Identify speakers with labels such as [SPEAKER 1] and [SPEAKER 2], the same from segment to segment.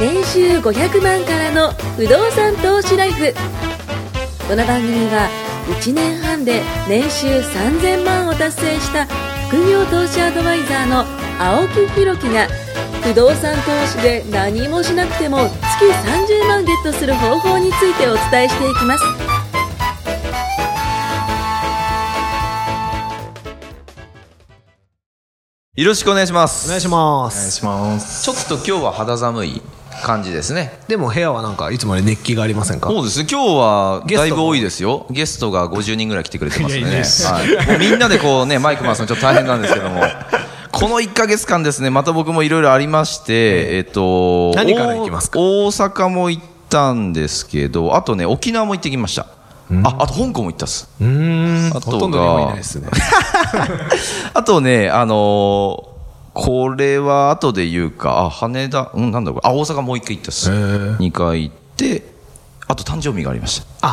[SPEAKER 1] 年収500万からの不動産投資ライフこの番組は1年半で年収3000万を達成した副業投資アドバイザーの青木弘樹が不動産投資で何もしなくても月30万ゲットする方法についてお伝えしていきます
[SPEAKER 2] よろしくお願いします。
[SPEAKER 3] お願いしま
[SPEAKER 4] お願い
[SPEAKER 3] す
[SPEAKER 4] します。
[SPEAKER 2] ちょっと今日は肌寒い感じですね。
[SPEAKER 3] でも部屋はなんかいつもより熱気がありませんか
[SPEAKER 2] そうですね。今日は
[SPEAKER 3] ゲスト
[SPEAKER 2] だ
[SPEAKER 3] も
[SPEAKER 2] いぶ多いですよ。ゲストが50人ぐらい来てくれてますね。
[SPEAKER 3] いやいや
[SPEAKER 2] はい、もうみんなでこうね、マイク回すのちょっと大変なんですけども。この1ヶ月間ですね、また僕もいろいろありまして、えっと、
[SPEAKER 3] 何から行きますか
[SPEAKER 2] お大阪も行ったんですけど、あとね、沖縄も行ってきました。あ、あと香港も行ったっす。
[SPEAKER 3] うーん
[SPEAKER 2] あとが
[SPEAKER 3] ほとんど眠いないですね
[SPEAKER 2] あとね、あのーこれは後で言うか、あ、羽田、うん、なんだこれ、あ、大阪もう一回行ったっす。
[SPEAKER 3] へー
[SPEAKER 2] 二回行って、あと誕生日がありました。
[SPEAKER 3] あ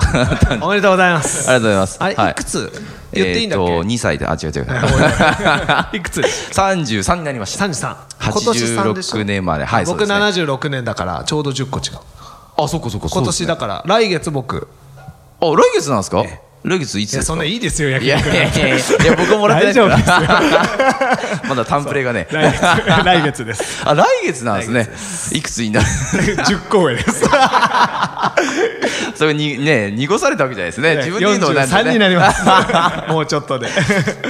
[SPEAKER 3] おめでとうございま
[SPEAKER 2] あり
[SPEAKER 3] す
[SPEAKER 2] がとうございます。
[SPEAKER 3] あれ
[SPEAKER 2] はい
[SPEAKER 3] くつ言っていいんだっ
[SPEAKER 2] えーと、
[SPEAKER 3] け
[SPEAKER 2] 2歳で、あ、違う違う。
[SPEAKER 3] いくつ
[SPEAKER 2] 33になりました。
[SPEAKER 3] 三十三三でしょ
[SPEAKER 2] 86年まで。はい、そう
[SPEAKER 3] 僕
[SPEAKER 2] ですね。
[SPEAKER 3] 76年だからちょうど10個違う
[SPEAKER 2] あ、そっかそっか。
[SPEAKER 3] 今年だ
[SPEAKER 2] あ、
[SPEAKER 3] から来月僕
[SPEAKER 2] 来月なんですか来月いつ
[SPEAKER 3] い
[SPEAKER 2] で
[SPEAKER 3] や
[SPEAKER 2] すか
[SPEAKER 3] そんないいですよ
[SPEAKER 2] い
[SPEAKER 3] 焼
[SPEAKER 2] やい
[SPEAKER 3] 肉
[SPEAKER 2] やいやいやいや、僕もらってないから
[SPEAKER 3] 大 丈
[SPEAKER 2] まだタンプレがね。
[SPEAKER 3] 来月来月 です
[SPEAKER 2] あ、来月なんですね。いくつになる
[SPEAKER 3] 10個上です
[SPEAKER 2] それにね濁されたわけじゃないですね。自分で言うのもなんで
[SPEAKER 3] 43
[SPEAKER 2] ね
[SPEAKER 3] になります もうちょっとでい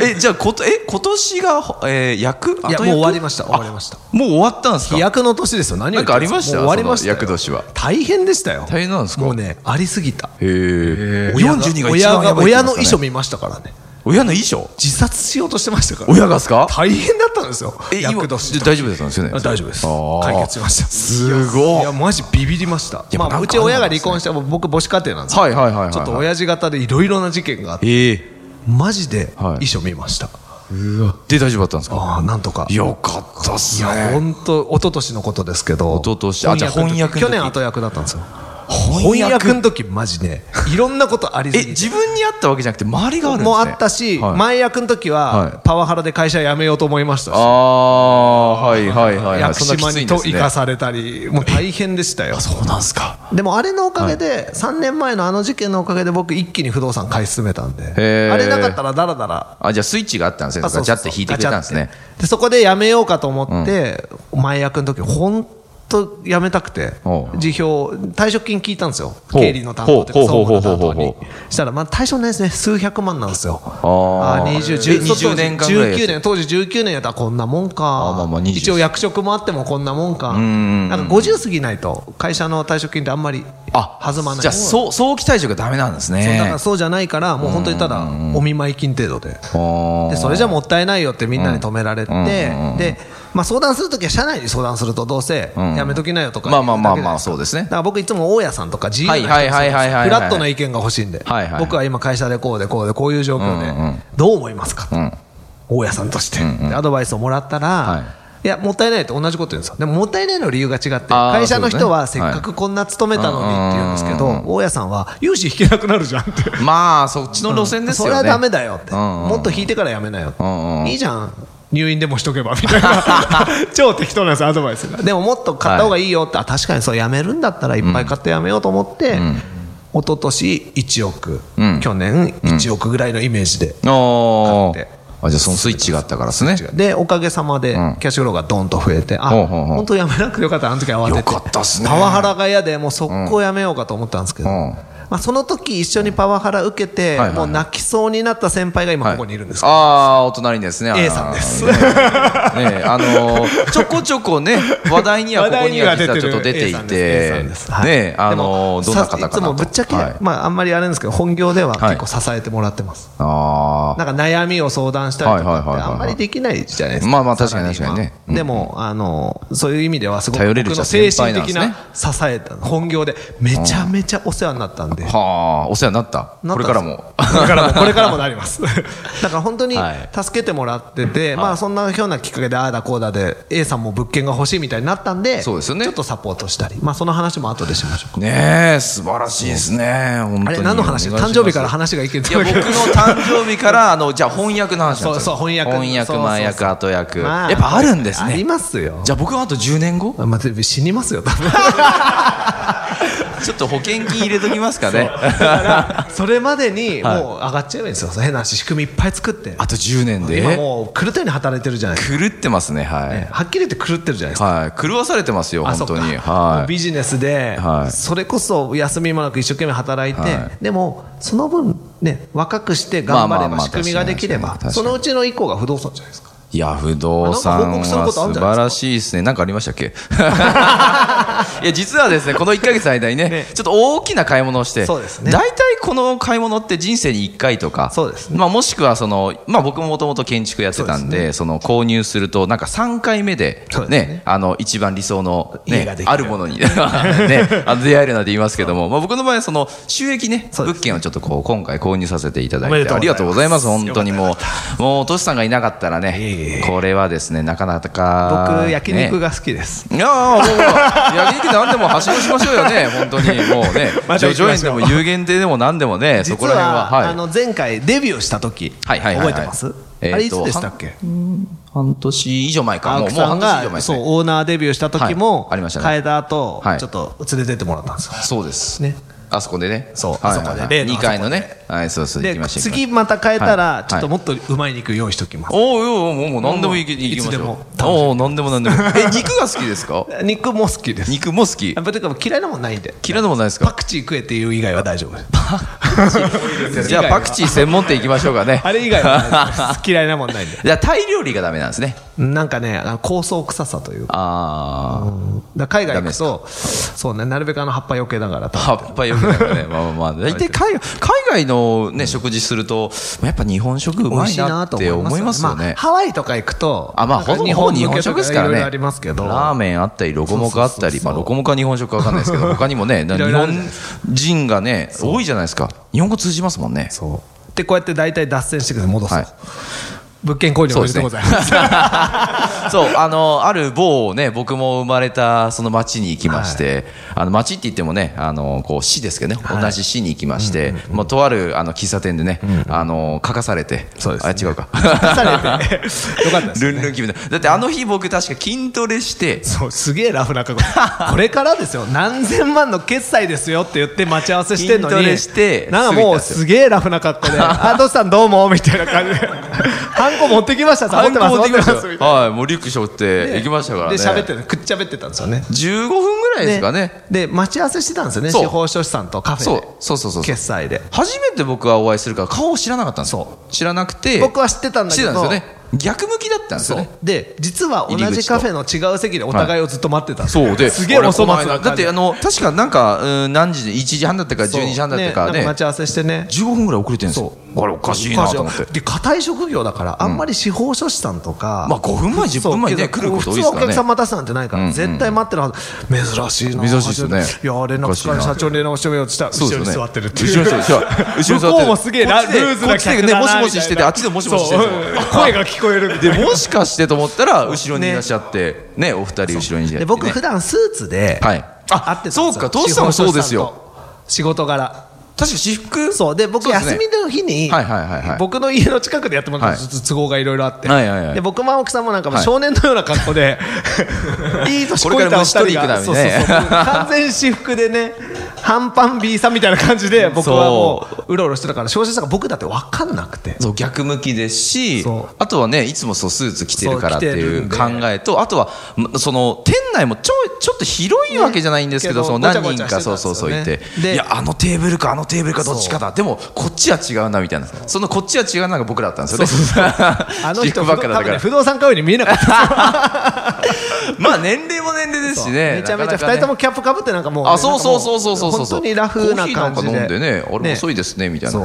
[SPEAKER 2] えじゃあことえ今年がえー役
[SPEAKER 3] やもう終わりました終わりました
[SPEAKER 2] たもう終わったんです
[SPEAKER 3] 飛
[SPEAKER 2] か。
[SPEAKER 3] 躍の年ですよ何を言ってん
[SPEAKER 2] なんかあ
[SPEAKER 3] ですか
[SPEAKER 2] り
[SPEAKER 3] もう
[SPEAKER 2] ました
[SPEAKER 3] 終わりました
[SPEAKER 2] その
[SPEAKER 3] よ
[SPEAKER 2] 厄年は
[SPEAKER 3] 大変でしたよ
[SPEAKER 2] 大変なんですか
[SPEAKER 3] もうねありすぎた
[SPEAKER 2] へえ。
[SPEAKER 3] 親
[SPEAKER 2] 四
[SPEAKER 3] が
[SPEAKER 2] 十二が一
[SPEAKER 3] 親
[SPEAKER 2] 番や
[SPEAKER 3] が
[SPEAKER 2] ばいって言いますからね
[SPEAKER 3] 親の遺書見ましたからね
[SPEAKER 2] 親の衣装。
[SPEAKER 3] 自殺しようとしてましたから
[SPEAKER 2] 親がっすか。
[SPEAKER 3] 大変だったんですよ厄年
[SPEAKER 2] で大丈夫だったんですよね
[SPEAKER 3] あ。大丈夫です
[SPEAKER 2] あー
[SPEAKER 3] 解決しました
[SPEAKER 2] すごい
[SPEAKER 3] いやマジビビりました
[SPEAKER 2] やっぱ
[SPEAKER 3] まあ
[SPEAKER 2] なんかあるんで
[SPEAKER 3] うち
[SPEAKER 2] すね
[SPEAKER 3] 親が離婚してもう僕母子家庭なんですよ
[SPEAKER 2] はいはいはいはいはい
[SPEAKER 3] ちょっと親父方でいろいろな事件があって
[SPEAKER 2] ええ。
[SPEAKER 3] マジで
[SPEAKER 2] はい
[SPEAKER 3] 遺書見ました
[SPEAKER 2] で大丈夫だったんですか。
[SPEAKER 3] ああなんとか
[SPEAKER 2] よかったっ
[SPEAKER 3] い
[SPEAKER 2] す
[SPEAKER 3] や
[SPEAKER 2] ね。
[SPEAKER 3] 本当一昨年のことですけど
[SPEAKER 2] 一昨年あじゃあ翻訳の時
[SPEAKER 3] 去年後役だったんですよ
[SPEAKER 2] 翻
[SPEAKER 3] 翻
[SPEAKER 2] 訳
[SPEAKER 3] 訳の時マジでいろんなことありす
[SPEAKER 2] え
[SPEAKER 3] ぎて
[SPEAKER 2] 自分にあったわけじゃなくて周りがあるんですね。
[SPEAKER 3] もあったし、
[SPEAKER 2] はい
[SPEAKER 3] 前役の時
[SPEAKER 2] はい
[SPEAKER 3] はパワハラで会社辞めようと思いましたし、
[SPEAKER 2] ああはいはいはいは
[SPEAKER 3] 屋
[SPEAKER 2] い。
[SPEAKER 3] 久
[SPEAKER 2] そんな
[SPEAKER 3] 島
[SPEAKER 2] きつい
[SPEAKER 3] に
[SPEAKER 2] んで
[SPEAKER 3] と
[SPEAKER 2] すね
[SPEAKER 3] 行かされたり、もう大変でしたよ。
[SPEAKER 2] そうなんですか。
[SPEAKER 3] でもあれのおかげで、3年前のあの事件のおかげで、僕、一気に不動産買い進めたん
[SPEAKER 2] へ
[SPEAKER 3] で、
[SPEAKER 2] ー
[SPEAKER 3] あれなかったらだらだら、
[SPEAKER 2] あじゃあスイッチがあったんですね。ガ
[SPEAKER 3] あ
[SPEAKER 2] チ
[SPEAKER 3] そう
[SPEAKER 2] ャ
[SPEAKER 3] そう
[SPEAKER 2] っ
[SPEAKER 3] そう
[SPEAKER 2] て引いてくれたんですね
[SPEAKER 3] ガチ。ャってでそこで辞めようかと思って、前役の時本当辞めたくて
[SPEAKER 2] おう、
[SPEAKER 3] 辞表、退職金聞いたんですよ、
[SPEAKER 2] ほう
[SPEAKER 3] 経理の担当というか、
[SPEAKER 2] ほ
[SPEAKER 3] 総
[SPEAKER 2] うほう
[SPEAKER 3] 務の
[SPEAKER 2] ほう
[SPEAKER 3] 担
[SPEAKER 2] ほうほう
[SPEAKER 3] 当に。したら、まあ、対象ないですね、数百万なんですよ。
[SPEAKER 2] あー
[SPEAKER 3] ー
[SPEAKER 2] え
[SPEAKER 3] 20、10
[SPEAKER 2] 20年間ぐらいやって
[SPEAKER 3] 19年、当時19年やったらこんなもん
[SPEAKER 2] あーまあ
[SPEAKER 3] か
[SPEAKER 2] まあ、20
[SPEAKER 3] 一応役職もあってもこんなもんか、
[SPEAKER 2] ん
[SPEAKER 3] なんか50過ぎないと、会社の退職金ってあんまり
[SPEAKER 2] あ
[SPEAKER 3] 弾まない。
[SPEAKER 2] じゃあそう早期退職ダメなんです
[SPEAKER 3] そうだか
[SPEAKER 2] ね
[SPEAKER 3] ら。そうじゃないから、もう本当にただ、お見舞い金程度で。
[SPEAKER 2] あ
[SPEAKER 3] で
[SPEAKER 2] ー
[SPEAKER 3] それじゃもったいないよってみんなに止められて、
[SPEAKER 2] うんうんうんうん
[SPEAKER 3] でまあ、相談するときは社内に相談するとどうせ
[SPEAKER 2] ん
[SPEAKER 3] やめときなよとか
[SPEAKER 2] まあまあまあまあ
[SPEAKER 3] 言だけじゃないか
[SPEAKER 2] そうですね
[SPEAKER 3] だから僕いつも大家さんとか自由な人に
[SPEAKER 2] はいはいはいはいはいはい
[SPEAKER 3] フラットな意見が欲しいんで、
[SPEAKER 2] はいはいはい
[SPEAKER 3] 僕は今会社でこうでこうでこういう状況で、
[SPEAKER 2] うんうん
[SPEAKER 3] どう思いますかと、
[SPEAKER 2] ん
[SPEAKER 3] 大家さんとして、でアドバイスをもらったら、
[SPEAKER 2] はい
[SPEAKER 3] いやもったいないと同じこと言うんですよでももったいないの理由が違って
[SPEAKER 2] あー
[SPEAKER 3] 会社の人は
[SPEAKER 2] そ
[SPEAKER 3] せ
[SPEAKER 2] う
[SPEAKER 3] っ
[SPEAKER 2] ですね
[SPEAKER 3] かくこんな勤めたのにって言うんですけど、
[SPEAKER 2] はいうんうん
[SPEAKER 3] 大家さんは融資引けなくなるじゃんって
[SPEAKER 2] まあそっちの路線ですよね。
[SPEAKER 3] それはダメだよって、
[SPEAKER 2] うんうん
[SPEAKER 3] もっと引いてからやめなよって、
[SPEAKER 2] うんうん
[SPEAKER 3] いいじゃん入院でもしとけばみたいな 超適当なんですよアドバイスがでももっと買った方がいいよって、あ確かにそうやめるんだったらいっぱい買ってやめようと思って、一昨年1億、
[SPEAKER 2] うん
[SPEAKER 3] 去年1億ぐらいのイメージで、
[SPEAKER 2] お
[SPEAKER 3] 買って
[SPEAKER 2] あじゃあそのスイッチがあったからですね。
[SPEAKER 3] でおかげさまでキャッシュフローがドンと増えて、あ
[SPEAKER 2] ほうほうほう
[SPEAKER 3] 本当やめなくてよかったあの時慌てて
[SPEAKER 2] よかったっすね
[SPEAKER 3] パワハラが嫌でもう速攻やめようかと思ったんですけど、
[SPEAKER 2] うん
[SPEAKER 3] まあ、その時一緒にパワハラ受けて、
[SPEAKER 2] はいはいはい
[SPEAKER 3] もう泣きそうになった先輩が今
[SPEAKER 2] はい
[SPEAKER 3] ここにいるんですけど、
[SPEAKER 2] ああお隣にですね。あの
[SPEAKER 3] A さんです
[SPEAKER 2] ねねあの ーちょこちょこね話題にはここには実はちょっと出ていて
[SPEAKER 3] 話題には出てる A さんです A さんですはい
[SPEAKER 2] ねあのーど
[SPEAKER 3] でも
[SPEAKER 2] んな方かな
[SPEAKER 3] さい
[SPEAKER 2] と。
[SPEAKER 3] つもぶっちゃけ、
[SPEAKER 2] はい
[SPEAKER 3] まあ、あんまりあれなんですけど本業では
[SPEAKER 2] はい
[SPEAKER 3] 結構支えてもらってます、
[SPEAKER 2] あ
[SPEAKER 3] なんか悩みを相談したりとかって
[SPEAKER 2] はいはいはいはいはい
[SPEAKER 3] あんまりできないじゃないですか、
[SPEAKER 2] まあまあ確かに
[SPEAKER 3] サラリーマン
[SPEAKER 2] 確かにねうん
[SPEAKER 3] でもあのそういう意味ではすごく
[SPEAKER 2] 頼
[SPEAKER 3] 僕
[SPEAKER 2] れる
[SPEAKER 3] の
[SPEAKER 2] 先
[SPEAKER 3] 精
[SPEAKER 2] 輩
[SPEAKER 3] 神
[SPEAKER 2] なんで
[SPEAKER 3] 的
[SPEAKER 2] すね
[SPEAKER 3] な支えた本業でめちゃめちゃお世話になったんので。
[SPEAKER 2] はあ、お世話になった。
[SPEAKER 3] な
[SPEAKER 2] こ
[SPEAKER 3] ったんです
[SPEAKER 2] れからも。
[SPEAKER 3] これからも、これからもな ります。だから本当に
[SPEAKER 2] はい
[SPEAKER 3] 助けてもらってて、まあそんなひょうなきっかけで、ああだこうだで、A さんも物件が欲しいみたいになったんで、
[SPEAKER 2] そうですよね
[SPEAKER 3] ちょっとサポートしたり、まあその話も後でしましょうか。
[SPEAKER 2] ねえ、素晴らしいですね。本当に
[SPEAKER 3] あれ、何の話
[SPEAKER 2] お願いしま
[SPEAKER 3] 誕
[SPEAKER 2] す
[SPEAKER 3] 生日から話がいけ
[SPEAKER 2] いや、僕の誕生日から、あの、じゃあ翻訳の話なんですよ
[SPEAKER 3] そうそう翻訳
[SPEAKER 2] 翻訳、
[SPEAKER 3] そうそうそう
[SPEAKER 2] 前役、後役。
[SPEAKER 3] ま
[SPEAKER 2] やっぱあるんです
[SPEAKER 3] あり
[SPEAKER 2] ね。
[SPEAKER 3] ますよ。
[SPEAKER 2] じゃあ僕はあと10年後
[SPEAKER 3] まあ、でも死にますよ、多分。
[SPEAKER 2] ちょっと保険金入れときますかね。
[SPEAKER 3] それまでに、もう上がっちゃえばいいんですよ。変な話、仕組みいっぱい作って。
[SPEAKER 2] あと10年
[SPEAKER 3] 今
[SPEAKER 2] で。
[SPEAKER 3] もう狂ったように働いてるじゃないです
[SPEAKER 2] 狂ってますね、は
[SPEAKER 3] か。
[SPEAKER 2] い。
[SPEAKER 3] はっきり言って狂ってるじゃないですか。
[SPEAKER 2] はい。狂わされてますよ、
[SPEAKER 3] あ
[SPEAKER 2] 本当
[SPEAKER 3] そっ
[SPEAKER 2] に。
[SPEAKER 3] かもう
[SPEAKER 2] は
[SPEAKER 3] ビジネスで、
[SPEAKER 2] はい
[SPEAKER 3] それこそ休みもなく一生懸命働いて、
[SPEAKER 2] は
[SPEAKER 3] でもその分ね若くして頑張
[SPEAKER 2] まあま
[SPEAKER 3] れ
[SPEAKER 2] あ
[SPEAKER 3] ば
[SPEAKER 2] まあ
[SPEAKER 3] 仕組みができれば、
[SPEAKER 2] 確かに確か
[SPEAKER 3] そ
[SPEAKER 2] に
[SPEAKER 3] のうちの以降が不動産じゃないですか
[SPEAKER 2] い。いや、不動
[SPEAKER 3] なんか報
[SPEAKER 2] 産
[SPEAKER 3] 告する
[SPEAKER 2] は
[SPEAKER 3] ことあ
[SPEAKER 2] 素
[SPEAKER 3] るんじゃない
[SPEAKER 2] 晴
[SPEAKER 3] で
[SPEAKER 2] らしいですね。なんかありましたっ けいや、実はですね、この1ヶ月の間にね
[SPEAKER 3] ね、
[SPEAKER 2] ちょっと大きな買い物をして、
[SPEAKER 3] そうですね
[SPEAKER 2] 大体この買い物って人生に1回とか、
[SPEAKER 3] そうですね
[SPEAKER 2] まあ、もしくはその、まあ、僕ももともと建築やってたんで、その購入すると、なんか3回目で
[SPEAKER 3] そう、ですね
[SPEAKER 2] ね、あの、一番理想の、
[SPEAKER 3] 家
[SPEAKER 2] ね
[SPEAKER 3] がで、きる
[SPEAKER 2] あるものに、ね、 あの出会えるなんて言いますけども、まあ、僕の場合はその収益ね、
[SPEAKER 3] そうで
[SPEAKER 2] 物
[SPEAKER 3] す
[SPEAKER 2] 件をちょっとこう、今回購入させていただい
[SPEAKER 3] おめ
[SPEAKER 2] て、
[SPEAKER 3] でと
[SPEAKER 2] あ
[SPEAKER 3] うございます
[SPEAKER 2] りがとうございます、本当にもう、もう、トシさんがいなかったらね、これはですね、なかなか、
[SPEAKER 3] 僕焼肉
[SPEAKER 2] ね
[SPEAKER 3] が好きです、
[SPEAKER 2] いやーもうほら焼肉なんでもはしごしましょうよ ね、本当に、もうね、
[SPEAKER 3] また
[SPEAKER 2] 叙
[SPEAKER 3] 行きましょう
[SPEAKER 2] 々苑でも有限亭でもなんでもね、そ
[SPEAKER 3] 実
[SPEAKER 2] こ
[SPEAKER 3] は
[SPEAKER 2] ら辺は、
[SPEAKER 3] あ
[SPEAKER 2] はい。
[SPEAKER 3] の前回デビューした時、
[SPEAKER 2] はいはいはいはい
[SPEAKER 3] 覚えてます、
[SPEAKER 2] えーと
[SPEAKER 3] あれいつでしたっけ
[SPEAKER 2] 半年以上前か、も
[SPEAKER 3] 青
[SPEAKER 2] う
[SPEAKER 3] 木
[SPEAKER 2] もう
[SPEAKER 3] さ
[SPEAKER 2] 半
[SPEAKER 3] ん
[SPEAKER 2] 年以上前
[SPEAKER 3] が
[SPEAKER 2] です
[SPEAKER 3] そう
[SPEAKER 2] ね。
[SPEAKER 3] オーナーデビューした時も、
[SPEAKER 2] はいありましたね
[SPEAKER 3] 変えた後、
[SPEAKER 2] はい
[SPEAKER 3] ちょっと連れてってもらったんですよ
[SPEAKER 2] そうです。
[SPEAKER 3] ね
[SPEAKER 2] あそこでね。
[SPEAKER 3] そう
[SPEAKER 2] はいはい
[SPEAKER 3] あそ
[SPEAKER 2] は
[SPEAKER 3] こ
[SPEAKER 2] い
[SPEAKER 3] で例の
[SPEAKER 2] 2階のね。はい、そうそう、行き
[SPEAKER 3] で
[SPEAKER 2] ました。行き
[SPEAKER 3] 次また変えたら、
[SPEAKER 2] はい
[SPEAKER 3] ちょっともっとうまい肉用意しておき
[SPEAKER 2] ま
[SPEAKER 3] ま
[SPEAKER 2] した
[SPEAKER 3] す、
[SPEAKER 2] おうおうおうもうもう何でも行き行きまし
[SPEAKER 3] も
[SPEAKER 2] ょ
[SPEAKER 3] うもういつ
[SPEAKER 2] う。
[SPEAKER 3] でも
[SPEAKER 2] おお何でも何でも。え、肉が好きですか
[SPEAKER 3] 肉も好きです
[SPEAKER 2] 肉も好き
[SPEAKER 3] や。っぱりでも嫌いなもんないんで
[SPEAKER 2] 嫌いでもないです
[SPEAKER 3] パ
[SPEAKER 2] か
[SPEAKER 3] クチー食えっていう以外は大丈夫です
[SPEAKER 2] じゃあパクチー専門店行きましょうかね。
[SPEAKER 3] あれ以外は大丈 夫です嫌いなもんないんで
[SPEAKER 2] じゃあタイ料理がダメなんですね。
[SPEAKER 3] なんかねあの香草臭さというか
[SPEAKER 2] あ
[SPEAKER 3] だから海外行くとそうねなるべくあの葉っぱよけながら
[SPEAKER 2] あ。葉っぱよくなんかね。まあま あまあ。大体海外海外のね、食事すると、やっぱ日本食う
[SPEAKER 3] 美
[SPEAKER 2] ま
[SPEAKER 3] 味
[SPEAKER 2] い
[SPEAKER 3] しい
[SPEAKER 2] な
[SPEAKER 3] な
[SPEAKER 2] っ
[SPEAKER 3] と
[SPEAKER 2] て思いますよ
[SPEAKER 3] まあ
[SPEAKER 2] ね。
[SPEAKER 3] ハワイとか行くと
[SPEAKER 2] あ、まあ、
[SPEAKER 3] なん
[SPEAKER 2] ほぼほぼ日本食ですから
[SPEAKER 3] いろい
[SPEAKER 2] ね。
[SPEAKER 3] ろありますけど
[SPEAKER 2] ラーメンあったり、ロコモコあったり、
[SPEAKER 3] そうそうそうそう
[SPEAKER 2] まあ、ロコモコは日本食かわかんないですけど、他にもね、ない
[SPEAKER 3] ろ
[SPEAKER 2] 日
[SPEAKER 3] いろある
[SPEAKER 2] 本人がね、多いじゃないですか。日本語通じますもんね。
[SPEAKER 3] そうでこうやって大体脱線してください戻す、
[SPEAKER 2] はい
[SPEAKER 3] 物件購入おめでとうございます
[SPEAKER 2] そう、あの、ある某ね、僕も生まれたその町に行きまして、あの、町って言ってもね、あの、こう、市ですけどね、同じ市に行きまして、まあ、とある、あの、喫茶店でね、あの、書かされて、
[SPEAKER 3] そうですね
[SPEAKER 2] あ、違うか。
[SPEAKER 3] さ れてよかったです
[SPEAKER 2] ルンルン気分で。だってあの日僕確か筋トレして、
[SPEAKER 3] そうすげえラフな 格好これからですよ何千万の決済ですよって言って待ち合わせしてんのに
[SPEAKER 2] 筋トレして
[SPEAKER 3] なんかもう
[SPEAKER 2] す
[SPEAKER 3] すげえラフな格好で「あどうしたんどうも」みたいな感じで「ハンコ持ってきましたさ持ってます持ってます」みたいな
[SPEAKER 2] はい、もうリュック背負って行きましたからね。
[SPEAKER 3] で喋ってるくっちゃべってたんですよね
[SPEAKER 2] 15分ぐらいですかね。
[SPEAKER 3] で待ち合わせしてたんですよね
[SPEAKER 2] そう
[SPEAKER 3] 司法書士さんとカフ
[SPEAKER 2] そう
[SPEAKER 3] ェで
[SPEAKER 2] そうそうそうそう
[SPEAKER 3] 決済で
[SPEAKER 2] 初めて僕はお会いするから顔を知らなかったんですよ。知らなくて。
[SPEAKER 3] 僕は知ってたんだ
[SPEAKER 2] 知
[SPEAKER 3] け
[SPEAKER 2] ってたんです
[SPEAKER 3] ど
[SPEAKER 2] よね。逆向きだったんです
[SPEAKER 3] そ
[SPEAKER 2] よ
[SPEAKER 3] う
[SPEAKER 2] ね。
[SPEAKER 3] で実は同じカフェの違う席でお互いをずっと待ってたんです
[SPEAKER 2] そうで、
[SPEAKER 3] すげえお粗
[SPEAKER 2] あれ
[SPEAKER 3] 末
[SPEAKER 2] この間
[SPEAKER 3] な
[SPEAKER 2] だ
[SPEAKER 3] 感
[SPEAKER 2] っ
[SPEAKER 3] じ
[SPEAKER 2] てあの、確かなんか、うん何時で、1時半だったか12時半だったか
[SPEAKER 3] そうねなん
[SPEAKER 2] ね
[SPEAKER 3] か、待ち合わせしてね
[SPEAKER 2] 15分ぐらい遅れてるんですよ。あれおかしいなと思って。
[SPEAKER 3] で固い職業だからあんまり司法書士さんとか、
[SPEAKER 2] まあ5分前、10分前にね、
[SPEAKER 3] そう
[SPEAKER 2] 来ること多いですから
[SPEAKER 3] 普通はお客
[SPEAKER 2] ね
[SPEAKER 3] さん。待たせなんてないから、
[SPEAKER 2] うんうん
[SPEAKER 3] 絶対待ってるはず珍しいな
[SPEAKER 2] 珍しいですよね
[SPEAKER 3] いや連絡つかない社長に連絡してみようとしたら後ろに座ってるっていう
[SPEAKER 2] 後ろに座ってる。後ろに座ってる。
[SPEAKER 3] 向こうもすげえラ
[SPEAKER 2] こっちで
[SPEAKER 3] ルーズ
[SPEAKER 2] こ
[SPEAKER 3] な
[SPEAKER 2] っちで
[SPEAKER 3] 客
[SPEAKER 2] ね、
[SPEAKER 3] だな
[SPEAKER 2] もしもしして
[SPEAKER 3] みた
[SPEAKER 2] て、
[SPEAKER 3] いな
[SPEAKER 2] あっちでもしもしして
[SPEAKER 3] そう
[SPEAKER 2] て。
[SPEAKER 3] 声が聞こえるみたい
[SPEAKER 2] で、
[SPEAKER 3] な
[SPEAKER 2] もしかしてと思ったら、後ろにいらっしゃって、ね、お二人後ろにいらっしゃってね。
[SPEAKER 3] で僕普段スーツで、
[SPEAKER 2] はいあ
[SPEAKER 3] 会ってたんですよ
[SPEAKER 2] そうかトシさんもそうですよ
[SPEAKER 3] 司法書士さんと仕事柄
[SPEAKER 2] 確か私服
[SPEAKER 3] そうで僕
[SPEAKER 2] そうですね
[SPEAKER 3] 休みの日に
[SPEAKER 2] はいはいはいはい
[SPEAKER 3] 僕の家の近くでやってもらったんです
[SPEAKER 2] は
[SPEAKER 3] ちょっと都合がいろいろあって
[SPEAKER 2] はいはいはい
[SPEAKER 3] で僕も青木さんもなんかもう
[SPEAKER 2] はい
[SPEAKER 3] 少年のような格好 で
[SPEAKER 2] これから虫取り行くなみたいな
[SPEAKER 3] いい年こいたお二人がそうそうそう完全私服でね半パン B さんみたいな感じで僕はもううろうろしてたから小説さんが僕だって分かんなくて
[SPEAKER 2] そう逆向きですし
[SPEAKER 3] そう
[SPEAKER 2] あとはねいつもそうスーツ着てるからってい
[SPEAKER 3] そうう
[SPEAKER 2] 考
[SPEAKER 3] 着てるんで
[SPEAKER 2] えとあとはんその店内もちょちょっと広いわけじゃないんですけど、
[SPEAKER 3] ね
[SPEAKER 2] その
[SPEAKER 3] けど
[SPEAKER 2] 何人か
[SPEAKER 3] ごちゃ
[SPEAKER 2] そ
[SPEAKER 3] ご
[SPEAKER 2] う
[SPEAKER 3] ちゃ
[SPEAKER 2] そ
[SPEAKER 3] してたん
[SPEAKER 2] うそうい
[SPEAKER 3] ですよ
[SPEAKER 2] て
[SPEAKER 3] ねで
[SPEAKER 2] いやあのテーブルかあのテーブルかどっちかだでもこっちは違うなみたいなそのこっちは違うなが 僕らだったんですよね
[SPEAKER 3] あの
[SPEAKER 2] 私
[SPEAKER 3] 人
[SPEAKER 2] 服
[SPEAKER 3] 不動
[SPEAKER 2] ばっかだった
[SPEAKER 3] 多
[SPEAKER 2] か
[SPEAKER 3] 分ね
[SPEAKER 2] ら
[SPEAKER 3] 不動産買うように見えなかった
[SPEAKER 2] まあ年齢も年齢ですしね
[SPEAKER 3] めちゃめちゃ2人ともキャップかぶってなんかもう
[SPEAKER 2] あそうそうそうそうそうそう
[SPEAKER 3] 本当にラフな感じで
[SPEAKER 2] コーヒーなんか飲んでねあれ遅いですねみたいな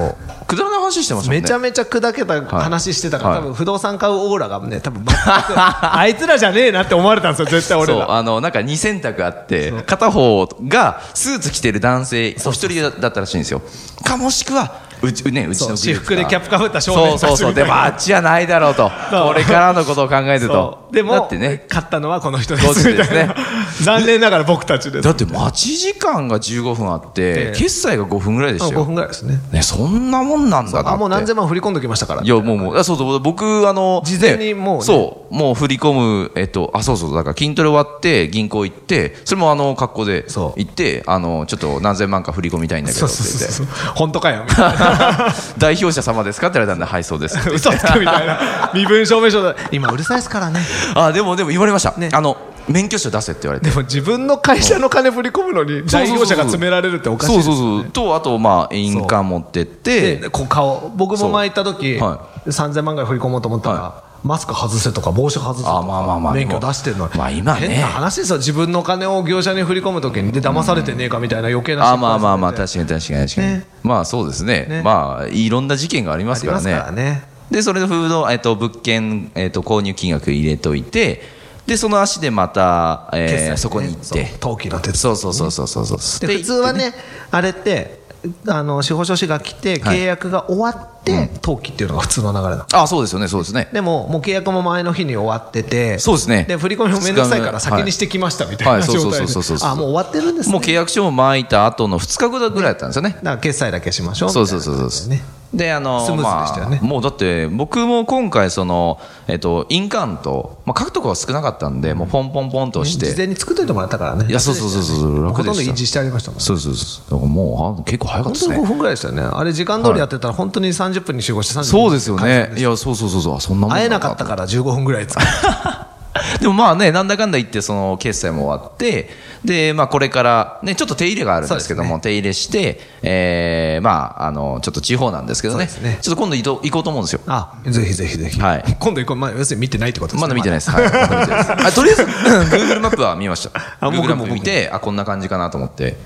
[SPEAKER 2] くだらない話してましたもんね
[SPEAKER 3] めちゃめちゃ砕けた話してたから、多分不動産買うオーラがね 多分全くあいつらじゃねえなって思われたんですよ絶対俺
[SPEAKER 2] そう
[SPEAKER 3] ら
[SPEAKER 2] あのなんか2選択あって片方がスーツ着てる男性お一人だったらしいんですよかもしくはうち,、ね、うち
[SPEAKER 3] そ
[SPEAKER 2] の
[SPEAKER 3] う私服でキャップ
[SPEAKER 2] か
[SPEAKER 3] かぶった少
[SPEAKER 2] そう
[SPEAKER 3] 年た
[SPEAKER 2] そう
[SPEAKER 3] ち
[SPEAKER 2] そう
[SPEAKER 3] みた
[SPEAKER 2] で
[SPEAKER 3] い
[SPEAKER 2] もあ
[SPEAKER 3] な
[SPEAKER 2] っちじゃないだろうと
[SPEAKER 3] そう
[SPEAKER 2] これからのことを考える
[SPEAKER 3] そ
[SPEAKER 2] と
[SPEAKER 3] うでも
[SPEAKER 2] だってね
[SPEAKER 3] 買ったのはこの人で
[SPEAKER 2] こっち
[SPEAKER 3] すみ
[SPEAKER 2] で
[SPEAKER 3] た
[SPEAKER 2] す
[SPEAKER 3] い
[SPEAKER 2] ね
[SPEAKER 3] な 残念ながら僕たちです
[SPEAKER 2] だって待ち時間が15分あって、
[SPEAKER 3] ええ
[SPEAKER 2] 決済が5分ぐらいでした
[SPEAKER 3] 5
[SPEAKER 2] よ、
[SPEAKER 3] 分ぐらいですね
[SPEAKER 2] ね、そんなもんなんだなって
[SPEAKER 3] あもう何千万振り込んできましたから
[SPEAKER 2] いやもうもうあそうそう僕あの
[SPEAKER 3] 事前にもうね
[SPEAKER 2] ねそうもう振り込むえっとあそうそうだから筋トレ終わって銀行行ってそれもあの格好で
[SPEAKER 3] そ
[SPEAKER 2] 行
[SPEAKER 3] う
[SPEAKER 2] ってあのちょっと何千万か振り込みたいんだけど
[SPEAKER 3] そう
[SPEAKER 2] って
[SPEAKER 3] そ
[SPEAKER 2] 言
[SPEAKER 3] う
[SPEAKER 2] って
[SPEAKER 3] そうそう本当かよみたい な
[SPEAKER 2] 代表者様ですかって言われたんではいそうですって
[SPEAKER 3] 嘘つけみたいな 身分証明書だ今うるさいですからね
[SPEAKER 2] あでもでも言われました、
[SPEAKER 3] ね
[SPEAKER 2] あの免許証出せって言われて
[SPEAKER 3] でも自分の会社の金振り込むのに代表者が詰められるっておかしい
[SPEAKER 2] そう
[SPEAKER 3] です
[SPEAKER 2] そ
[SPEAKER 3] よ
[SPEAKER 2] うそうとあとまあ印鑑持ってって
[SPEAKER 3] でこう顔僕も前行った時、
[SPEAKER 2] そうは
[SPEAKER 3] 3000万ぐらい振り込もうと思ったら、マスク外せとか帽子外せとか
[SPEAKER 2] あまあまあまあ
[SPEAKER 3] 免許出してるのに、
[SPEAKER 2] まあ今ね
[SPEAKER 3] 変な話ですよ自分の金を業者に振り込む時にで騙されてねえかみたいな余計な
[SPEAKER 2] あまあまあまあ
[SPEAKER 3] 失敗
[SPEAKER 2] 確かに確かに確かに、
[SPEAKER 3] ね
[SPEAKER 2] まあそうですね
[SPEAKER 3] ね
[SPEAKER 2] まあいろんな事件があります
[SPEAKER 3] す
[SPEAKER 2] か
[SPEAKER 3] る
[SPEAKER 2] ら
[SPEAKER 3] んであり
[SPEAKER 2] ね
[SPEAKER 3] ますからね
[SPEAKER 2] でそれでフード、えっと物件、えっと購入金額入れといてでその足でまた、えー
[SPEAKER 3] 決済ね
[SPEAKER 2] そこに行って
[SPEAKER 3] そう登記の手続き
[SPEAKER 2] そうそうそうそうそうそうそう
[SPEAKER 3] で普通はねあれってあの司法書士が来て
[SPEAKER 2] はい
[SPEAKER 3] 契約が終わって、登記っていうのが普通の流れなの
[SPEAKER 2] あそうですよねそうですね
[SPEAKER 3] でも、もう契約も前の日に終わってて、
[SPEAKER 2] そうですね
[SPEAKER 3] で振り込みもめんどくさいから先にしてきましたみたい
[SPEAKER 2] は
[SPEAKER 3] ない状態で
[SPEAKER 2] はいそうそうそうそうそう
[SPEAKER 3] あもう終わってるんですね、
[SPEAKER 2] もう契約書も巻いた後の2日後ぐらいだったんですよね
[SPEAKER 3] だから決済だけしましょうみた
[SPEAKER 2] そ
[SPEAKER 3] いうな
[SPEAKER 2] そうそうそう
[SPEAKER 3] ね
[SPEAKER 2] であの
[SPEAKER 3] スムーズでしたよね
[SPEAKER 2] まあ、もうだって僕も今回その、えっと印鑑と、まあ、書くとこは少なかったんでもうポンポンポンとして、
[SPEAKER 3] 事前に作っといてもらったからね
[SPEAKER 2] いやそうそうそうそう
[SPEAKER 3] ほ
[SPEAKER 2] 楽
[SPEAKER 3] と
[SPEAKER 2] で
[SPEAKER 3] んど
[SPEAKER 2] した
[SPEAKER 3] 維持してありましたもんね
[SPEAKER 2] そうそうそうだからもうあ結構早かっ
[SPEAKER 3] 本
[SPEAKER 2] たです
[SPEAKER 3] 当
[SPEAKER 2] ね
[SPEAKER 3] に5分ぐらいでしたよねあれ時間通りやってたら本当に30分に集合して30分
[SPEAKER 2] そうですよね。いや、そうそうそうそう、あそんなもん
[SPEAKER 3] 会えなかった
[SPEAKER 2] ら。
[SPEAKER 3] から15分ぐらい使う
[SPEAKER 2] でもまあね、なんだかんだ言って、その決済も終わって、で、まあこれから、ね、ちょっと手入れがあるんですけども、
[SPEAKER 3] そ
[SPEAKER 2] 手入れして、えー、まあ、あの、ちょっと地方なんですけどね、
[SPEAKER 3] そうですね
[SPEAKER 2] ちょっと今度移動行こうと思うんですよ。
[SPEAKER 3] あぜひぜひぜひ、
[SPEAKER 2] はい
[SPEAKER 3] 今度行こう、まあ、要するに見てないってことですね
[SPEAKER 2] まだ見てないです。はい。まだ見てないですあとりあえず、Google マップは見ました。
[SPEAKER 3] あ
[SPEAKER 2] Google
[SPEAKER 3] 僕
[SPEAKER 2] マ
[SPEAKER 3] も
[SPEAKER 2] ップ見て、あ、こんな感じかなと思って、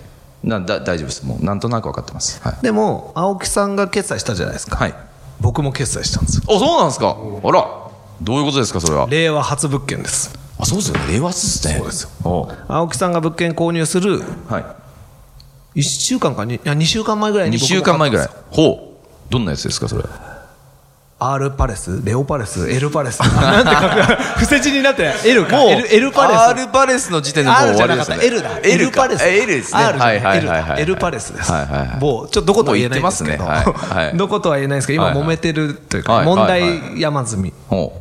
[SPEAKER 2] なだ大丈夫です。もう、なんとなく分かってます。はい。
[SPEAKER 3] でも青木さんが決済したじゃないですか、
[SPEAKER 2] はい。
[SPEAKER 3] 僕も決済したんですよ
[SPEAKER 2] あ、そうなんですかあら、どういうことですか、それは。
[SPEAKER 3] 令和初物件です
[SPEAKER 2] あ、そうですよね。令和っすね。そう
[SPEAKER 3] ですよ
[SPEAKER 2] よ。
[SPEAKER 3] 青木さんが物件購入する
[SPEAKER 2] はい。
[SPEAKER 3] 1週間かにいや2週間前ぐらいに
[SPEAKER 2] 2週間前ぐらいほうどんなやつですかそれ
[SPEAKER 3] R パレスレオパレス L パレス なんて書く伏せ字になって L か L, L パレス
[SPEAKER 2] R パレスの時点でもう
[SPEAKER 3] R
[SPEAKER 2] 終
[SPEAKER 3] じ
[SPEAKER 2] わ
[SPEAKER 3] ゃ
[SPEAKER 2] りで
[SPEAKER 3] なかっ
[SPEAKER 2] す
[SPEAKER 3] た
[SPEAKER 2] よね
[SPEAKER 3] L だ
[SPEAKER 2] L か L ですね
[SPEAKER 3] R じゃ
[SPEAKER 2] はいは
[SPEAKER 3] ない L
[SPEAKER 2] はい
[SPEAKER 3] だ
[SPEAKER 2] はい
[SPEAKER 3] L パレスです
[SPEAKER 2] はいはいはい
[SPEAKER 3] もうちょっとどことは言えないんですけど
[SPEAKER 2] もう言ってますねはいはい
[SPEAKER 3] どことは言えないんですけど今
[SPEAKER 2] はいはい
[SPEAKER 3] 揉めてるという
[SPEAKER 2] は
[SPEAKER 3] か
[SPEAKER 2] い
[SPEAKER 3] 問
[SPEAKER 2] はいは
[SPEAKER 3] 題山積み
[SPEAKER 2] ほう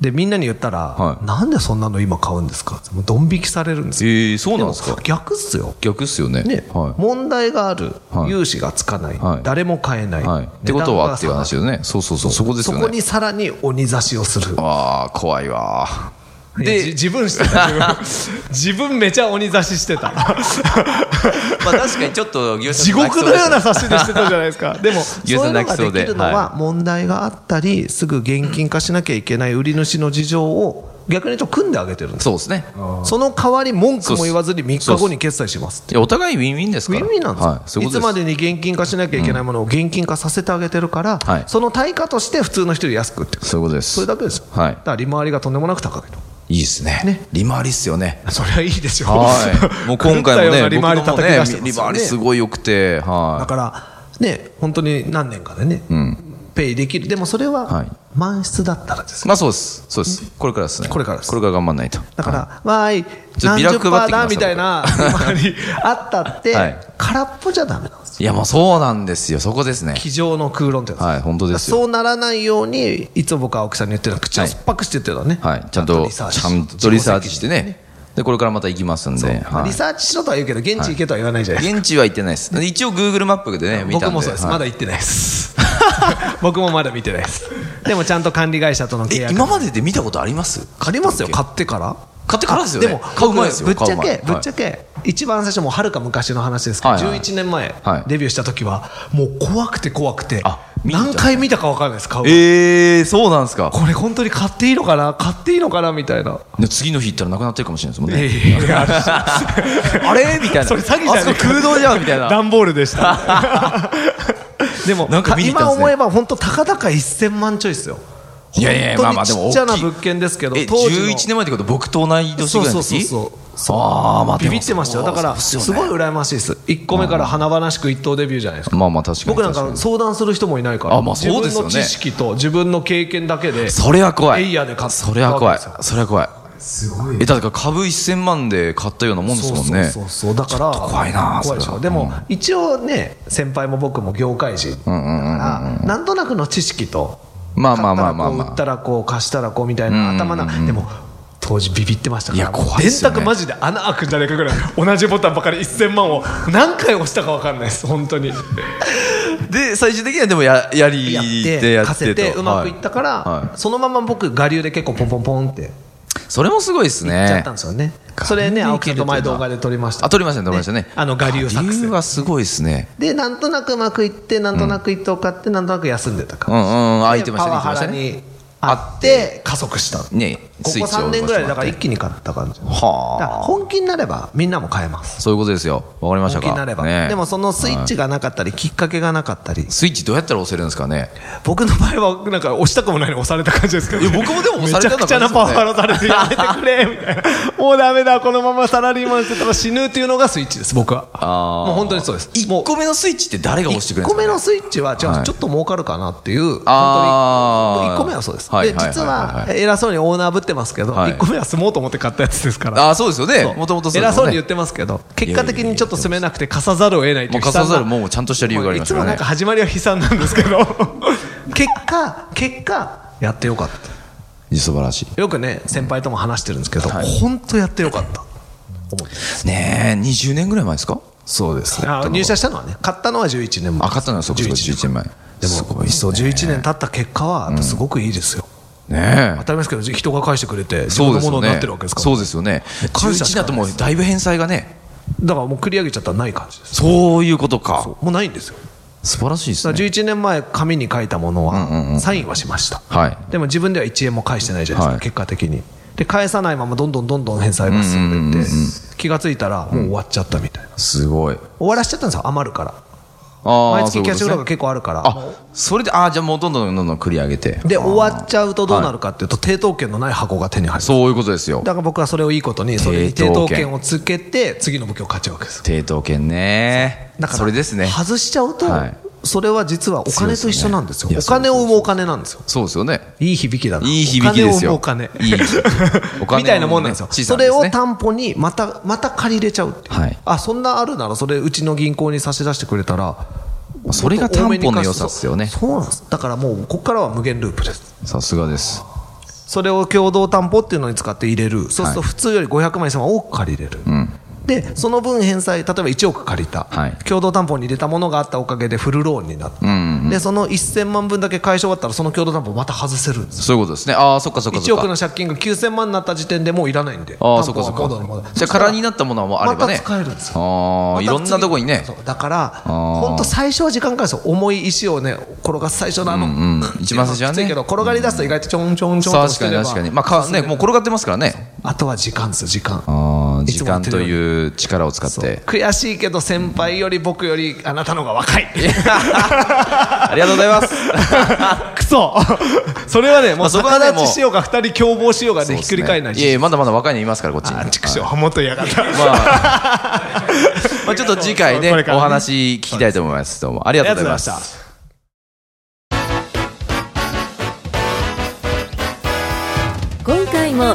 [SPEAKER 3] でみんなに言ったら
[SPEAKER 2] はい
[SPEAKER 3] なんでそんなの今買うんですかってもうドン引きされるんですよ
[SPEAKER 2] えー、そうなんですか
[SPEAKER 3] でも逆っすよ
[SPEAKER 2] 逆っすよね
[SPEAKER 3] ね、
[SPEAKER 2] はい
[SPEAKER 3] 問題がある、
[SPEAKER 2] はい
[SPEAKER 3] 融資がつかない、
[SPEAKER 2] はい
[SPEAKER 3] 誰も買えない、
[SPEAKER 2] はい、ってことはっていう話
[SPEAKER 3] よ
[SPEAKER 2] よねそうそうそうそこです
[SPEAKER 3] そ
[SPEAKER 2] よ
[SPEAKER 3] こ
[SPEAKER 2] ね
[SPEAKER 3] にさらに鬼差しをする
[SPEAKER 2] ああ怖いわー
[SPEAKER 3] で
[SPEAKER 2] で
[SPEAKER 3] 自分してた 自分自分めちゃ鬼差ししてた
[SPEAKER 2] まあ確かにちょっと業者
[SPEAKER 3] 地獄のような差しでしてたじゃないですか でもそうい
[SPEAKER 2] 牛さ
[SPEAKER 3] うんの
[SPEAKER 2] 泣き
[SPEAKER 3] が
[SPEAKER 2] そ
[SPEAKER 3] で
[SPEAKER 2] うで
[SPEAKER 3] きるのは問題があったりすぐ現金化しなきゃいけない売り主の事情を逆に言うと組んであげてるんです
[SPEAKER 2] そうですね
[SPEAKER 3] その代わり文句も言わずに3日後に決済します
[SPEAKER 2] いやお互いウィンウィンです
[SPEAKER 3] ウ
[SPEAKER 2] から
[SPEAKER 3] ィンウィンなんですよ、
[SPEAKER 2] はい、そうい
[SPEAKER 3] いう
[SPEAKER 2] こと
[SPEAKER 3] つ
[SPEAKER 2] です
[SPEAKER 3] までに現金化しなきゃいけないものを現金化させてあげてるから、
[SPEAKER 2] はい
[SPEAKER 3] その対価として普通の人より安く売ってくる
[SPEAKER 2] そういうことです
[SPEAKER 3] それだけですよ、
[SPEAKER 2] はい
[SPEAKER 3] だから利回りがとんでもなく高いと
[SPEAKER 2] いいですね
[SPEAKER 3] ね
[SPEAKER 2] 利回りっすよ ね
[SPEAKER 3] それはいいでしょ
[SPEAKER 2] はい もう今回もね
[SPEAKER 3] 利
[SPEAKER 2] 僕
[SPEAKER 3] 回り
[SPEAKER 2] のも
[SPEAKER 3] 叩き
[SPEAKER 2] ね
[SPEAKER 3] 出してますよね
[SPEAKER 2] 利回りすごい良くてはい
[SPEAKER 3] だからね本当に何年かでね、ペイできるでもそれ
[SPEAKER 2] は
[SPEAKER 3] はい満室だったらですよ
[SPEAKER 2] まあそうです。そうです。これからですね。
[SPEAKER 3] これからです
[SPEAKER 2] これから頑張んないと。
[SPEAKER 3] だから、
[SPEAKER 2] は
[SPEAKER 3] わーい
[SPEAKER 2] ちょっと
[SPEAKER 3] 何
[SPEAKER 2] ビラ配って
[SPEAKER 3] 十
[SPEAKER 2] き
[SPEAKER 3] パ
[SPEAKER 2] ます
[SPEAKER 3] ーだみたいな利回りあったって、
[SPEAKER 2] はい
[SPEAKER 3] 空っぽじゃダメなんですよ
[SPEAKER 2] い、いやもうそうなんですよ。そこですね。
[SPEAKER 3] 机上の空論ってやつ
[SPEAKER 2] はい、本当ですよ。
[SPEAKER 3] そうならないようにいつも僕は青木さんに言ってるのは口を酸っぱくしてってるのはね、
[SPEAKER 2] はい。ちゃんと、ちゃんとリサーチしてね。で、これからまた行きますんで。
[SPEAKER 3] まあ
[SPEAKER 2] はい
[SPEAKER 3] リサーチしろとは言うけど現地行けとは言わないじゃないですか、
[SPEAKER 2] 現地は行ってないです。一応 Google マップでね、見たんで。
[SPEAKER 3] 僕もそうです、
[SPEAKER 2] はい
[SPEAKER 3] まだ行ってないです 僕もまだ見てないですでもちゃんと管理会社との契
[SPEAKER 2] え、
[SPEAKER 3] 約
[SPEAKER 2] 今までで見たことあります
[SPEAKER 3] ありますよ
[SPEAKER 2] 買
[SPEAKER 3] 買ってから
[SPEAKER 2] ってからですよね。
[SPEAKER 3] でも
[SPEAKER 2] 買う前ですよ。
[SPEAKER 3] 僕ぶっち
[SPEAKER 2] 買
[SPEAKER 3] ゃ
[SPEAKER 2] う前
[SPEAKER 3] けぶっちゃけ、一番最初もうはるか昔の話ですけど、
[SPEAKER 2] はいはい
[SPEAKER 3] 11年前、
[SPEAKER 2] はい
[SPEAKER 3] デビューした時はもう怖くて怖くて、
[SPEAKER 2] あ
[SPEAKER 3] 何回見たか分かんないです買う、
[SPEAKER 2] えー、そうなんですか。
[SPEAKER 3] これ本当に買っていいのかな買っていいのかなみたいな
[SPEAKER 2] で次の日行ったらなくなってるかもしれないですもんね。
[SPEAKER 3] ええ
[SPEAKER 2] あれみたいな。
[SPEAKER 3] それ詐欺じゃねえ
[SPEAKER 2] あそこ空洞じゃんみたい な。
[SPEAKER 3] 段ボールでした でも
[SPEAKER 2] なんか見に行ったんで
[SPEAKER 3] 今
[SPEAKER 2] すね
[SPEAKER 3] 思えば本当高々1000万ちょいですよ
[SPEAKER 2] いやいやいやまあまあでも
[SPEAKER 3] 本当にちっちゃな物件ですけど
[SPEAKER 2] え、
[SPEAKER 3] 当時
[SPEAKER 2] 11
[SPEAKER 3] の
[SPEAKER 2] 年前ってこと僕と同い年ぐらいの時
[SPEAKER 3] そうそうそうそう
[SPEAKER 2] ああ、まあで
[SPEAKER 3] ビ
[SPEAKER 2] も
[SPEAKER 3] ビってましたよだから
[SPEAKER 2] そうっ
[SPEAKER 3] す
[SPEAKER 2] すよ
[SPEAKER 3] ご
[SPEAKER 2] ね
[SPEAKER 3] い羨ましいです1個目から華々しく一等デビューじゃないですか
[SPEAKER 2] まあまあ確かに。
[SPEAKER 3] 僕なん
[SPEAKER 2] 確
[SPEAKER 3] か
[SPEAKER 2] に
[SPEAKER 3] 相談する人もいないから
[SPEAKER 2] あまあそうですよね
[SPEAKER 3] 自分の知識と自分の経験だけで
[SPEAKER 2] それは怖い。
[SPEAKER 3] エイヤーで買った
[SPEAKER 2] それは怖
[SPEAKER 3] わ
[SPEAKER 2] い
[SPEAKER 3] けですよ。
[SPEAKER 2] それは怖い。
[SPEAKER 3] すご
[SPEAKER 2] え、だから株1000万で買ったようなもんですもんね。
[SPEAKER 3] そうそうそうそうだから
[SPEAKER 2] 怖いな
[SPEAKER 3] 怖いでし
[SPEAKER 2] それ
[SPEAKER 3] ょ
[SPEAKER 2] は
[SPEAKER 3] でも、一応ね先輩も僕も業界人だからなんとなくの知識と
[SPEAKER 2] まあまあまあまあ
[SPEAKER 3] 買
[SPEAKER 2] まあ
[SPEAKER 3] ったらこう売ったらこう貸したらこうみたいな頭なでも当時ビビってましたから
[SPEAKER 2] いや怖いっすよね
[SPEAKER 3] 電卓マジで穴開くんじゃないかぐらい同じボタンばかり1000万を何回押したか分かんないです本当に
[SPEAKER 2] で、最終的にはでもややり
[SPEAKER 3] やっ
[SPEAKER 2] で
[SPEAKER 3] て
[SPEAKER 2] やってと
[SPEAKER 3] 貸せてうまくいったから、
[SPEAKER 2] はいはい
[SPEAKER 3] そのまま僕我流で結構ポンポンポンって
[SPEAKER 2] それもすごいです
[SPEAKER 3] やっちゃっ
[SPEAKER 2] ね
[SPEAKER 3] たん。ですよねそれね
[SPEAKER 2] 我流
[SPEAKER 3] 青
[SPEAKER 2] で
[SPEAKER 3] 木さんと前動画で撮りました
[SPEAKER 2] あ、撮りましたね、撮りましたね。
[SPEAKER 3] あの我流作
[SPEAKER 2] 理由
[SPEAKER 3] 戦
[SPEAKER 2] はすごいですね。
[SPEAKER 3] でなんとなくうまくいってなんとなく一等買ってなんとなく休んでた
[SPEAKER 2] う
[SPEAKER 3] か
[SPEAKER 2] ん
[SPEAKER 3] ら、
[SPEAKER 2] うんうん、空いてまし
[SPEAKER 3] パ
[SPEAKER 2] たね、行
[SPEAKER 3] ワ
[SPEAKER 2] き
[SPEAKER 3] ハ
[SPEAKER 2] まし
[SPEAKER 3] ラ
[SPEAKER 2] たね。
[SPEAKER 3] にあって加速したこ
[SPEAKER 2] ね、
[SPEAKER 3] こ
[SPEAKER 2] スイッチを
[SPEAKER 3] 3年ぐらいでだから
[SPEAKER 2] 押
[SPEAKER 3] 一
[SPEAKER 2] しても
[SPEAKER 3] 気に買った感じだから
[SPEAKER 2] ってはあ。
[SPEAKER 3] 本気になればみんなも買えます
[SPEAKER 2] そういうことですよ。わかりました
[SPEAKER 3] 本気
[SPEAKER 2] か。
[SPEAKER 3] になれば、
[SPEAKER 2] ね
[SPEAKER 3] でもそのスイッチがなかったり、きっかけがなかったり
[SPEAKER 2] スイッチどうやったら押せるんですかね。
[SPEAKER 3] 僕の場合はなんか押したくもないのに押された感じですけど、
[SPEAKER 2] いや僕もでも押されたような
[SPEAKER 3] めちゃくちゃなパワハラされてや
[SPEAKER 2] 感
[SPEAKER 3] めてくれみたいなもうダメだこのままサラリーマンしてたら死ぬっていうのがスイッチです僕は
[SPEAKER 2] あー
[SPEAKER 3] もう本当にそうです
[SPEAKER 2] 1個目のスイッチって誰が押してくれ
[SPEAKER 3] 1
[SPEAKER 2] るんです
[SPEAKER 3] 個
[SPEAKER 2] か、
[SPEAKER 3] 目
[SPEAKER 2] ね、
[SPEAKER 3] のスイッチは、違う
[SPEAKER 2] はい
[SPEAKER 3] ちょっと儲かるかなっていう、本当に
[SPEAKER 2] あー
[SPEAKER 3] 1個目はそうです、
[SPEAKER 2] はい
[SPEAKER 3] で
[SPEAKER 2] はい
[SPEAKER 3] 実
[SPEAKER 2] はいは
[SPEAKER 3] はい
[SPEAKER 2] は
[SPEAKER 3] 偉そうにオーナーぶってますけど、
[SPEAKER 2] はい
[SPEAKER 3] 1個目は住もうと思って買ったやつですから、
[SPEAKER 2] ああ、そうですよね。もともと
[SPEAKER 3] 偉そうに言
[SPEAKER 2] っ
[SPEAKER 3] ってますけど、結果的にちょっと住めなくて、貸さざるを得ないと
[SPEAKER 2] も
[SPEAKER 3] いう
[SPEAKER 2] う貸さざるもうちゃんとした理由がありますからね
[SPEAKER 3] いつもなんか始まりは悲惨なんですけど、 結果、結果、やってよかった。
[SPEAKER 2] 素晴らしい。
[SPEAKER 3] よくね先輩とも話してるんですけど、本当やってよかった
[SPEAKER 2] ねえ、20年ぐらい前ですか
[SPEAKER 3] そうですね入社したのはね買ったのは11年前
[SPEAKER 2] あ、買ったのはそこそこ11年前。
[SPEAKER 3] でも
[SPEAKER 2] すごいっす
[SPEAKER 3] そう11年経った結果はやっぱすごくいいですよ、
[SPEAKER 2] ねえ
[SPEAKER 3] 当。たり前ですけどじ人が返してくれて自
[SPEAKER 2] そうで
[SPEAKER 3] 分の
[SPEAKER 2] す
[SPEAKER 3] もの
[SPEAKER 2] よ
[SPEAKER 3] にな
[SPEAKER 2] ね
[SPEAKER 3] ってるわけです。から
[SPEAKER 2] そうですよね。
[SPEAKER 3] 感謝し
[SPEAKER 2] 11だ
[SPEAKER 3] かな
[SPEAKER 2] と
[SPEAKER 3] い
[SPEAKER 2] もうだいぶ返済がね、
[SPEAKER 3] だからもう繰り上げちゃったらない感じです
[SPEAKER 2] そういうことか。
[SPEAKER 3] もうないんですよ
[SPEAKER 2] 素晴らしいです
[SPEAKER 3] だから
[SPEAKER 2] ね。
[SPEAKER 3] 11年前紙に書いたものはサインはしました、
[SPEAKER 2] はい。
[SPEAKER 3] でも自分では1円も返してないじゃないですか、
[SPEAKER 2] はい
[SPEAKER 3] 結果的にで返さないままどんどんどんどん返済が進んでいって気がついたらもう終わっちゃったみたいな、
[SPEAKER 2] すごい。
[SPEAKER 3] 終わらしちゃったんですよ余るから
[SPEAKER 2] あ
[SPEAKER 3] 毎月キャッシュフロー
[SPEAKER 2] が
[SPEAKER 3] が結構あるから
[SPEAKER 2] あ、それで、ああ、じゃあもうどんどんどんどん繰り上げて。
[SPEAKER 3] で終わっちゃうとどうなるかっていうと、抵当権のない箱が手に入る
[SPEAKER 2] そういうことですよ。
[SPEAKER 3] だから僕はそれをいいことにそれに
[SPEAKER 2] 抵
[SPEAKER 3] 抵
[SPEAKER 2] 当権
[SPEAKER 3] 当権をつけて次の武器を買っちゃうわけです
[SPEAKER 2] 抵当権ね。
[SPEAKER 3] だから
[SPEAKER 2] それですね。
[SPEAKER 3] 外しちゃうと、
[SPEAKER 2] はい
[SPEAKER 3] それは実はお金と一緒なんですよ
[SPEAKER 2] 強いで
[SPEAKER 3] お
[SPEAKER 2] すよね
[SPEAKER 3] 金を生むお金なんですよ
[SPEAKER 2] そうですよね。
[SPEAKER 3] いい響きだない
[SPEAKER 2] い響きですよ。
[SPEAKER 3] お金を生
[SPEAKER 2] い
[SPEAKER 3] むお金
[SPEAKER 2] い響き。お金をね
[SPEAKER 3] みたいなもんなんですよ
[SPEAKER 2] 資
[SPEAKER 3] そ
[SPEAKER 2] 産
[SPEAKER 3] れ
[SPEAKER 2] です
[SPEAKER 3] を
[SPEAKER 2] ね
[SPEAKER 3] 担保にまたまた借りれちゃうっていう、
[SPEAKER 2] はい
[SPEAKER 3] あそんなあるならそれうちの銀行に差し出してくれたら
[SPEAKER 2] それが担保の良さっすよね
[SPEAKER 3] そうそうなんですだからもうここからは無限ループです
[SPEAKER 2] さすがです。
[SPEAKER 3] それを共同担保っていうのに使って入れるそうすると
[SPEAKER 2] はい
[SPEAKER 3] 普通より500万円様多く借りれる、でその分返済例えば1億借りた、
[SPEAKER 2] はい
[SPEAKER 3] 共同担保に入れたものがあったおかげでフルローンになった、でその1000万分だけ返し終わったらその共同担保また外せるんですよ
[SPEAKER 2] そういうことですね。ああ、そっかそっか
[SPEAKER 3] 1
[SPEAKER 2] そっ
[SPEAKER 3] 億の
[SPEAKER 2] か。
[SPEAKER 3] 借金が9000万になった時点でもういらないんで
[SPEAKER 2] ああ、そ
[SPEAKER 3] 担
[SPEAKER 2] っか
[SPEAKER 3] 保
[SPEAKER 2] そっ
[SPEAKER 3] は戻る戻
[SPEAKER 2] か
[SPEAKER 3] る。
[SPEAKER 2] じゃあ空になったものはもうあればね。
[SPEAKER 3] また使えるんですよ
[SPEAKER 2] ああ、いろんなとこにね
[SPEAKER 3] そ。うだから
[SPEAKER 2] あー
[SPEAKER 3] 本当最初は時間かかるんですよ重い石をね転がす最初のあの、
[SPEAKER 2] うんうん一番最初はね
[SPEAKER 3] きついけど転がり出すと意外とちょんちょんちょんと
[SPEAKER 2] 確
[SPEAKER 3] して
[SPEAKER 2] か
[SPEAKER 3] れ
[SPEAKER 2] に
[SPEAKER 3] ば
[SPEAKER 2] 確かに。まあ、かね、もう転がってますからね。
[SPEAKER 3] あとは時間ですよ時間
[SPEAKER 2] ああ、
[SPEAKER 3] い
[SPEAKER 2] 時
[SPEAKER 3] つも言
[SPEAKER 2] 間
[SPEAKER 3] ってる
[SPEAKER 2] と
[SPEAKER 3] ように
[SPEAKER 2] いう力を使っ
[SPEAKER 3] そう
[SPEAKER 2] て。
[SPEAKER 3] 悔しいけど先輩より僕よりあなたの方が若い
[SPEAKER 2] ありがとうござい ます。
[SPEAKER 3] クソ それはね
[SPEAKER 2] ま
[SPEAKER 3] も
[SPEAKER 2] あ
[SPEAKER 3] う
[SPEAKER 2] そこは
[SPEAKER 3] 逆
[SPEAKER 2] ね
[SPEAKER 3] 立ちしようか二人共謀しようが
[SPEAKER 2] そう
[SPEAKER 3] ね
[SPEAKER 2] で
[SPEAKER 3] ひっ
[SPEAKER 2] す
[SPEAKER 3] く
[SPEAKER 2] ね
[SPEAKER 3] り返らない
[SPEAKER 2] いやい
[SPEAKER 3] し
[SPEAKER 2] や、まだまだ若いのいますから、こっちに。
[SPEAKER 3] 畜生もっと嫌がった
[SPEAKER 2] まあ、まあちょっと次回ね
[SPEAKER 3] これから
[SPEAKER 2] お
[SPEAKER 3] ね
[SPEAKER 2] 話聞きたいと思います。どうもありがとうございま
[SPEAKER 3] ありがとうございま
[SPEAKER 2] した。
[SPEAKER 1] 今回も